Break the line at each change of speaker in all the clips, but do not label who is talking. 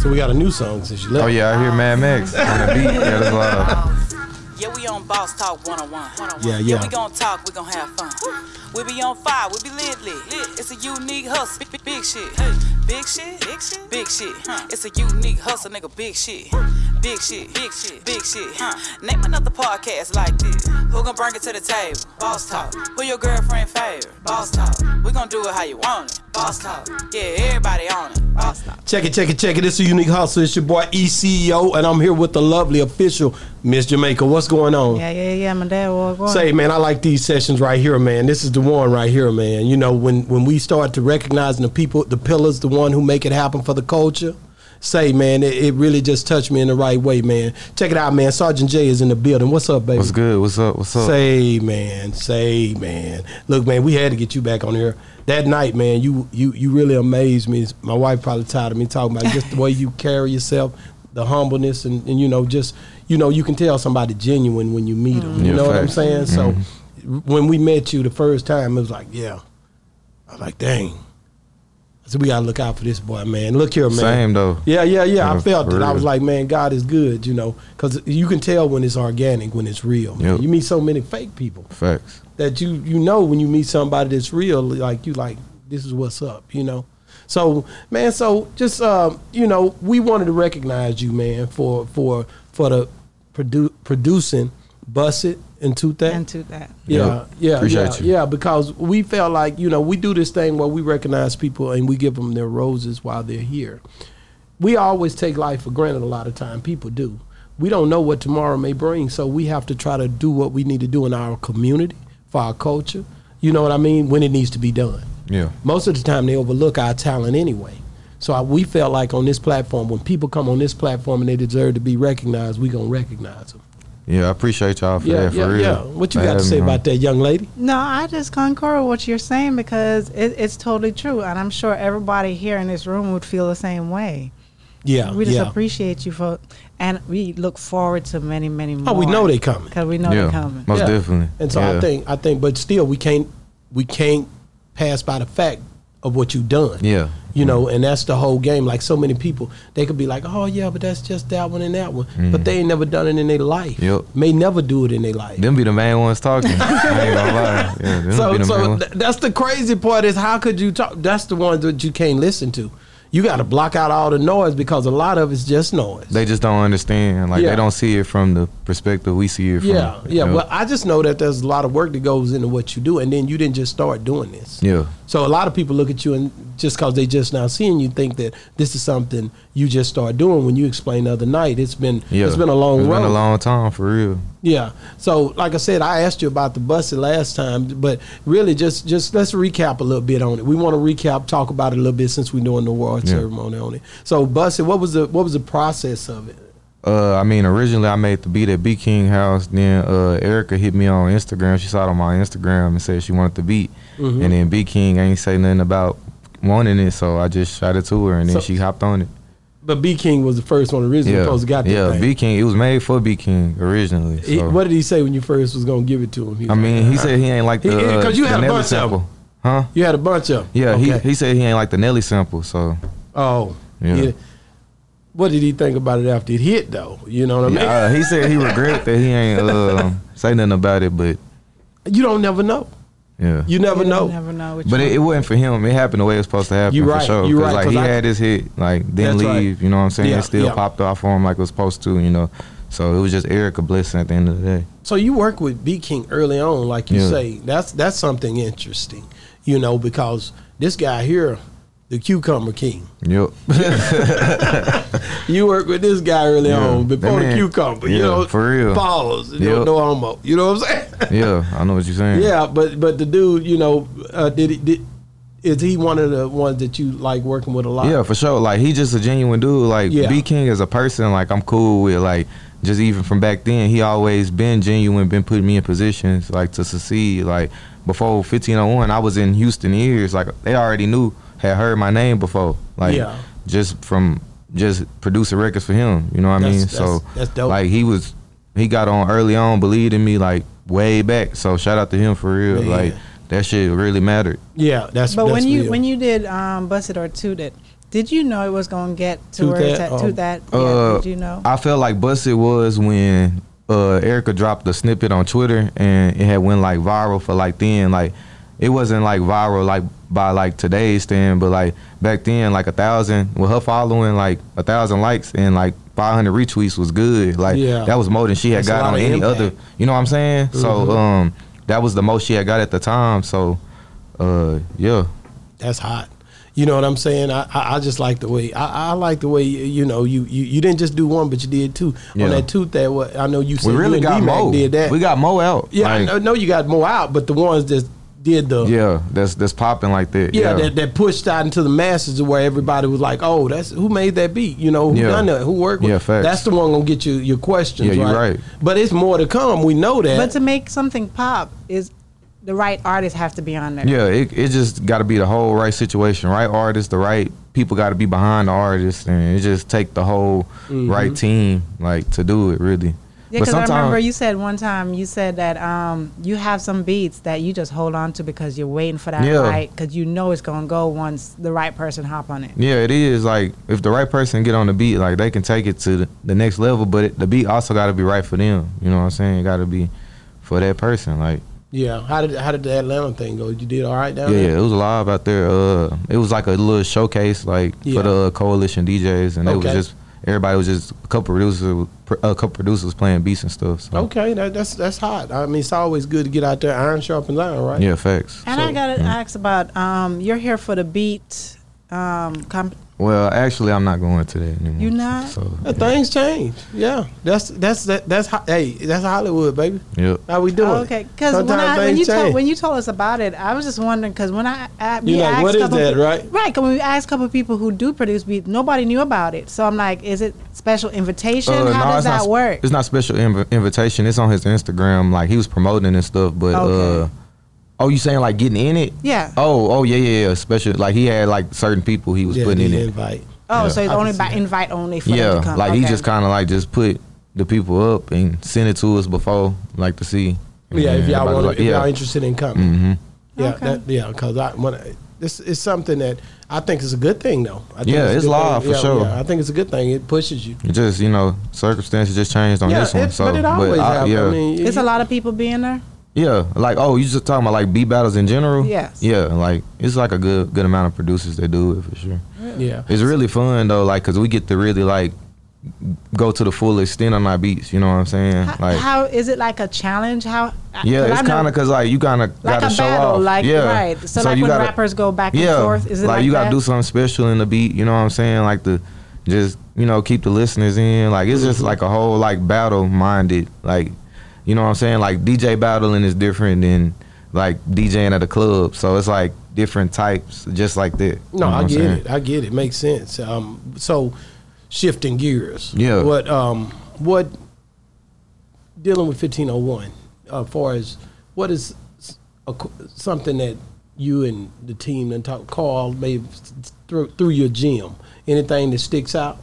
So we got a new song since you left.
Oh yeah, I hear Mad Max on the beat. Yeah, that's loud.
Yeah, we on Boss Talk 101.
Yeah, yeah.
Yeah, we gon' talk, we gon' have fun. We be on fire, we be lit lit. It's a unique hustle, big, big shit. Big shit, big shit, big shit. It's a unique hustle, nigga, big shit. Big shit, big shit, big shit. Name another podcast like this. Who gon' bring it to the table? Boss Talk. Who your girlfriend favorite? Boss Talk. We gon' do it how you want it. Boss Talk. Yeah, everybody on it. Boss Talk.
Check it, check it, check it. It's a unique hustle. It's your boy E ECEO, and I'm here with the lovely official Miss Jamaica. What's going on?
Yeah, yeah, yeah. My dad was going.
Say, man, I like these sessions right here, man. This is the one right here, man. You know, when when we start to recognizing the people, the pillars, the one who make it happen for the culture. Say, man, it, it really just touched me in the right way, man. Check it out, man. Sergeant J is in the building. What's up, baby?
What's good? What's up? What's up?
Say, man. Say, man. Look, man, we had to get you back on here. That night, man, you you you really amazed me. My wife probably tired of me talking about just the way you carry yourself, the humbleness, and, and you know, just you know, you can tell somebody genuine when you meet them. You
Mm-hmm. Yeah,
know what I'm
facts. Mm-hmm.
saying? So when we met you the first time, it was like, yeah. I was like, dang. I said, we gotta look out for this boy, man. Look here, man.
Same though.
Yeah, yeah, yeah. I
Yeah,
felt
for
it. I was
real.
like, man, God is good, you know, because you can tell when it's organic, when it's real. man.
Yep.
You meet so many fake people
Facts.
that you you know when you meet somebody that's real, like you like this is what's up, you know. So man, so just um, you know, we wanted to recognize you, man, for for for the produ- producing Bust It and Two That.
into that.
Yeah,
Yep.
yeah,
Appreciate
yeah,
you.
yeah. Because we felt like you know we do this thing where we recognize people and we give them their roses while they're here. We always take life for granted a lot of time. People do. We don't know what tomorrow may bring, so we have to try to do what we need to do in our community for our culture. You know what I mean? When it needs to be done.
Yeah.
Most of the time, they overlook our talent anyway. So I, we felt like on this platform, when people come on this platform and they deserve to be recognized, we gonna recognize them.
Yeah, I appreciate y'all for
Yeah,
that. For
yeah,
real.
yeah. What you got to say about that, young lady?
No, I just concur with what you're saying because it, it's totally true, and I'm sure everybody here in this room would feel the same way.
Yeah,
We just
Oh, yeah.
appreciate you for, and we look forward to many, many more.
Oh, we know they coming.
because we know
Yeah,
they're coming.
most
Yeah.
definitely.
And so I
Yeah.
think I think, but still, we can't we can't pass by the fact of what you've done.
Yeah.
You know, and that's the whole game. Like so many people, they could be like, "Oh yeah, but that's just that one and that one,"
Mm.
but they ain't never done it in their life.
Yep.
May never do it in their life.
Them be the main ones talking. I ain't gonna lie. Yeah, them be
so
the main
so
ones.
th- that's the crazy part is how could you talk? That's the ones that you can't listen to. You got to block out all the noise because a lot of it's just noise.
they just don't understand. Like
Yeah.
they don't see it from the perspective we see it from.
yeah,
you
yeah.
know?
Well, I just know that there's a lot of work that goes into what you do, and then you didn't just start doing this.
yeah.
So a lot of people look at you and just because they just now seeing you think that this is something you just start doing. When you explained the other night, it's been
Yeah.
it's been a long
It's
road.
been a long time for real.
yeah. So like I said, I asked you about the bus the last time, but really just just let's recap a little bit on it. We want to recap, talk about it a little bit since we're doing the award
Yeah.
ceremony on it. So bus, what was the what was the process of it?
Uh, I mean, originally I made the beat at B King House. Then uh, Erica hit me on Instagram. She saw it on my Instagram and said she wanted the beat.
Mm-hmm.
And then B King ain't say nothing about wanting it, so I just shot it to her, and then
So-
she hopped on it.
But B King was the first one originally
Yeah,
supposed to got that
yeah.
thing.
B King. It was made for B King originally.
He-
so-
what did he say when you first was gonna give it to him? He was
I mean, he
like,
said he ain't like the
He- he- 'cause you
uh,
had
the
a
Nelly
bunch of
sample, huh?
you had a bunch of 'em.
Yeah,
Okay.
he he said he ain't like the Nelly sample, so
Oh, yeah.
Yeah.
What did he think about it after it hit, though? You know what I mean?
uh, he said he regret that he ain't uh, say nothing about it, but
you don't never know.
yeah.
You never
You
know.
don't Never know. Which
But
one.
it, it wasn't for him. It happened the way it was supposed to happen.
You
for
right,
Sure.
you
'Cause,
right,
Like
'cause
he
I-
had his hit, like didn't
That's right.
leave. You know what I'm saying?
Yeah,
it still
yeah.
popped off for him like it was supposed to. You know. So it was just Eric a blessing at the end of the day.
So you work with B King early on, like you
Yeah.
say. That's that's something interesting, you know, because this guy here, the Cucumber King.
Yep.
You work with this guy early
Yeah.
on before
That
the
man-
cucumber. you
yeah,
know,
for real.
Pause. You
Yep.
know, no homo. You know what I'm saying?
yeah, I know what you're saying.
Yeah, but but the dude, you know, uh, did he did is he one of the ones that you like working with a lot?
Yeah, for sure. Like he just a genuine dude. Like
Yeah.
B King is a person. Like I'm cool with. Like just even from back then, he always been genuine. Been putting me in positions like to succeed. Like before 1501, I was in Houston years. Like they already knew, had heard my name before. Like
Yeah.
just from just producing records for him. You know what I
That's-
mean?
that's-
so
that's dope.
Like he was, he got on early on, believed in me like way back. So shout out to him for real.
Man.
Like that shit really mattered.
yeah. That's
But
that's
when you
real.
when you did um, bust it or toot it, Did you know it was going to get to
To
where it's
that,
at? to
um,
that? yeah,
uh,
did you know?
I felt like busted was when uh, Erica dropped the snippet on Twitter and it had went like viral for like then like it wasn't like viral like by like today's stand but like back then like a thousand with her following like a thousand likes and like 500 retweets was good like
Yeah.
that was more than she had
That's a
got
lot
on
of
any
impact.
other you know what I'm saying so
Mhm.
um that was the most she had got at the time so uh yeah
that's hot. You know what I'm saying? I, I, I just like the way I, I like the way you, you know you, you you didn't just do one, but you did two
Yeah.
on that tooth. That what I know you said
we really
you
got
and D-Mac
Mo
did that.
we got Mo out
yeah, I
like,
know, know you got more out, but the ones that did the yeah,
yeah that's that's popping like that
That, that pushed out into the masses to where everybody was like, oh, that's who made that beat. You know who
Yeah.
done that? Who worked? With?
Yeah, facts.
That's the one gonna get you your questions.
Yeah, you're right.
But it's more to come. We know that.
but to make something pop is the right artists have to be on there.
Yeah, it, it just got to be the whole right situation, right artist, the right people got to be behind the artist, and it just take the whole right team like to do it really.
Yeah, because I remember you said one time you said that um, you have some beats that you just hold on to because you're waiting for that
Yeah.
right because you know it's gonna go once the right person hop on it.
yeah, it is like if the right person get on the beat, like they can take it to the, the next level, but it, the beat also got to be right for them. You know what I'm saying? It got to be for that person. Like
yeah. How did how did the Atlanta thing go? You did all right down
yeah,
there.
yeah, it was live out there. Uh, it was like a little showcase, like
Yeah.
for the uh, coalition DJs, and it was
Okay.
just everybody was just a couple producers, a couple producers playing beats and stuff. So.
Okay, that, that's that's hot. I mean, it's always good to get out there, iron sharpens iron, right?
Yeah, facts.
And I
So-
gotta ask about um, you're here for the beat. Um, comp-
Well, actually, I'm not going to that anymore.
You not?
So,
Uh, Things change. Yeah, that's that's that, that's ho- hey, that's Hollywood, baby.
yep.
How we doing?
oh, okay, because when,
Sometimes
I- when
things
you told
change.
when you told us about it, I was just wondering because when I, I we
You're like,
asked
what is
couple
that,
peo-
right?
Right, because when we asked a couple people who do produce beats, nobody knew about it. So I'm like, is it special invitation?
Uh, no,
How does
it's not
that
s-
work?
It's not special inv- invitation. It's on his Instagram. Like he was promoting and stuff, but
Okay.
uh, oh, you saying like getting in it?
Yeah.
Oh, oh yeah, yeah, yeah. Special. Like he had like certain people he was
Yeah,
putting in
the
it.
invite.
Oh,
Yeah.
so it's
I
only
can
by
see that.
invite only for them
Yeah,
to come.
like he
Okay.
just kind of like just put the people up and send it to us before, like to see.
Yeah, if
And
y'all
everybody
want,
was
if
yeah. Mm-hmm.
y'all interested in coming, yeah,
Okay.
that, yeah, because I when I, this is something that I think is a good thing, though. I think
Yeah,
a
it's
good
live
thing.
for sure.
I think it's a good thing. It pushes you.
It just you know circumstances just changed on
yeah,
this one.
it-
so,
but it always
I-
happens.
yeah.
I mean,
It's a
you-
lot of people being there.
Yeah, like oh, you just talking about like beat battles in general.
Yes.
Yeah, like it's like a good good amount of producers that do it for sure.
Yeah,
It's really fun though, like because we get to really like go to the full extent on our beats. You know what I'm saying?
How,
Like
how is it like a challenge? How? I- 'cause
yeah,
I've
it's
never-
kind of because like you kind of
like
gotta
a
show
battle,
off.
like
yeah.
right. So, like
you
when
gotta-
rappers go back and forth, is it like,
you
that?
gotta do something special in the beat. You know what I'm saying? Like the just you know keep the listeners in. Like it's just like a whole like battle minded. Like you know what I'm saying? Like DJ battling is different than like DJing at a club. So it's like different types, just like that. You
No,
know what
I
I'm
get
saying?
it. I get it. Makes sense. Um, so shifting gears.
Yeah.
What um what dealing with fifteen oh one as far as what is s- a qu- something that you and the team and talk call maybe s- through through your gym anything that sticks out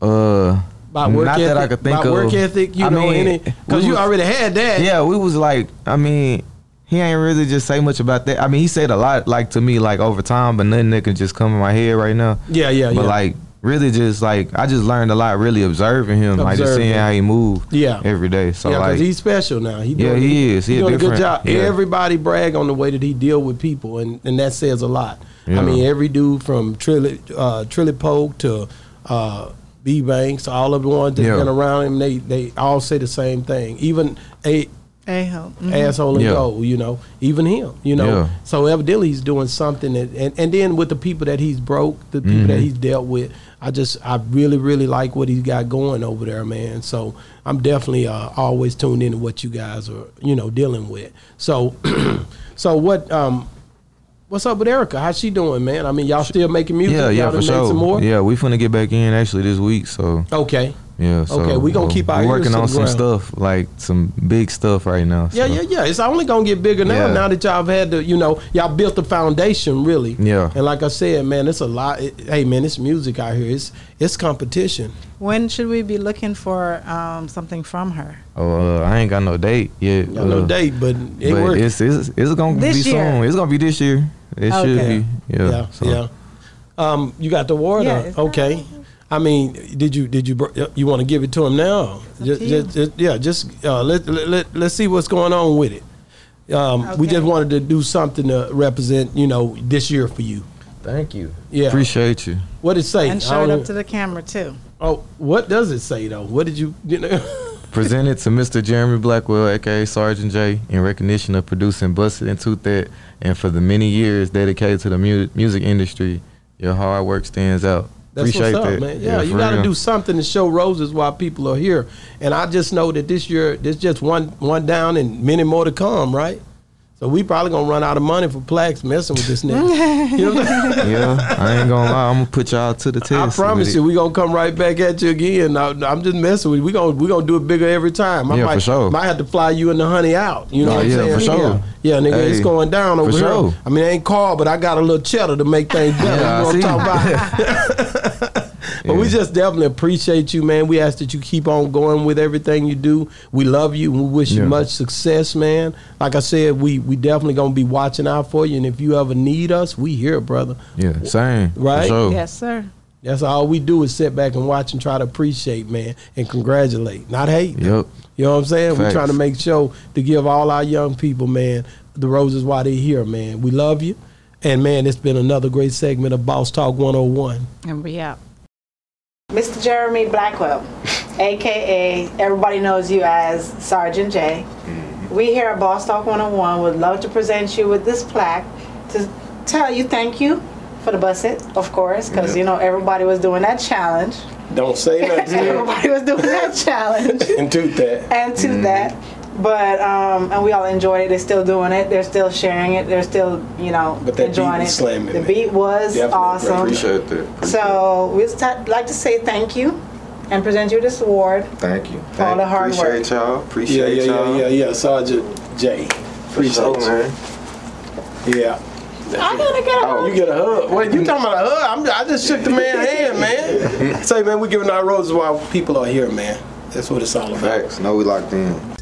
Uh,
by work
not
ethic
that I could think
by
of.
work ethic you
I
know
mean,
any because
we
you
was-
already had that
Yeah, we was like, I mean, he ain't really just say much about that. I mean, he said a lot, like to me, like over time, but nothing that can just come in my head right now.
yeah yeah
but
yeah.
like, really, just like I just learned a lot, really observing him, like just
Observing.
seeing how he moved,
Yeah.
every day. So
yeah, 'cause
like,
he's special now. He
Yeah,
doing,
he is. He a
doing a good
different-
job.
yeah.
Everybody brag on the way that he deal with people, and, and that says a lot. I
Yeah.
mean, every dude from Trilly, uh, Trilly Polk to uh, B Banks, all of the ones that
Yeah.
been around him, they they all say the same thing. Even a
A-hole. Mhm.
asshole and
Yeah.
gold, you know, even him, you know.
Yeah.
So evidently he's doing something that, and, and then with the people that he's broke, the people
Mm-hmm.
that he's dealt with, I just I really really like what he's got going over there, man. So I'm definitely uh, always tuned into what you guys are, you know, dealing with. So, so what um. What's up with Erica? How's she doing, man? I mean, y'all still making music?
yeah, yeah,
y'all
for
done made
sure.
Some more?
Yeah, we finna get back in actually this week. So
Okay.
yeah, so,
Okay, we gonna
uh,
keep our
we
ears
working
to
on
the
some
ground.
stuff, like some big stuff right now.
Yeah,
so.
yeah, yeah. It's only gonna get bigger now.
Yeah.
Now that y'all have had to, you know, y'all built the foundation really.
Yeah.
And like I said, man, it's a lot. It, hey, man, it's music out here. It's it's competition.
When should we be looking for um, something from her?
Oh, uh, I ain't got no date yet.
Got no
uh,
date, but it
but
works.
it's, it's it's gonna
This
be
year.
soon. It's gonna be this year. It
Okay.
should be. Yeah.
yeah,
so.
yeah. Um, you got the award
Yeah,
on.
it's-
Okay. I mean, did you did you br- you want to give it to him now?
up
Just,
to you.
yeah, just uh, let, let let let's see what's going on with it. Um, We
Okay.
just wanted to do something to represent, you know, this year for you.
Thank you.
Yeah.
Appreciate you.
What it say?
and
I
show it
don't
up
even-
to the camera too.
oh, what does it say though? What did you? you know?
Presented to Mr. Jeremy Blackwell, aka Sergeant J, in recognition of producing Busted and Tooth That, and for the many years dedicated to the mu- music industry. Your hard work stands out.
That's
Appreciate
what's up,
that.
man. Yeah, you
for
got to
real.
do something to show roses while people are here. And I just know that this year, there's just one one down and many more to come, right? So we probably gonna run out of money for plaques messing with this nigga. you know what I'm saying?
Yeah, I ain't gonna lie. I'm gonna put y'all to the test.
I promise
with
you,
it.
we gonna come right back at you again. I, I'm just messing with you. We gonna we gonna do it bigger every time. I
Yeah,
might,
for sure.
Might have to fly you and the honey out. You know
Oh,
what I'm
yeah,
saying?
for sure.
Yeah, nigga, it's
Hey,
going down
for
over here.
sure.
I mean, it ain't called, but I got a little cheddar to make things better.
Yeah,
you know what
I
I'm
see.
talking about? But we
Yeah.
just definitely appreciate you, man. We ask that you keep on going with everything you do. We love you. and We wish you
Yeah.
much success, man. Like I said, we we definitely gonna be watching out for you. And if you ever need us, we here, brother.
Yeah, same.
Right?
For sure.
Yes, sir.
That's all we do is sit back and watch and try to appreciate, man, and congratulate, not hate.
Yep.
You know what I'm saying? We're
Facts.
trying to make sure to give all our young people, man, the roses while they're here, man. We love you. And man, it's been another great segment of Boss Talk 101.
And we out. Mr. Jeremy Blackwell, aka everybody knows you as Sergeant J.
Mm-hmm.
We here at Boss Talk 101 would love to present you with this plaque to tell you thank you for the bus it, of course, because you know everybody was doing that challenge.
Don't say nothing
Everybody was doing that challenge
and toot that.
and to that. But um, and we all enjoyed it. They're still doing it. They're still sharing it. They're still you know
But that beat
enjoying
was
it.
slamming,
the
man.
beat was
Definitely.
awesome.
Appreciate that.
So we'd sta- like to say thank you and present you this award.
Thank you.
all the hard work.
Appreciate y'all.
Yeah,
Appreciate
yeah,
y'all.
yeah, yeah, yeah. Sergeant J.
For
Appreciate
sure,
you.
man.
Yeah.
I gotta get
Oh.
You get a hug. Wait, you talking about a hug? I'm, I just shook the man's hand, man. Say, man, we giving our roses while people are here, man. That's what it's all about.
Facts. No, we locked in.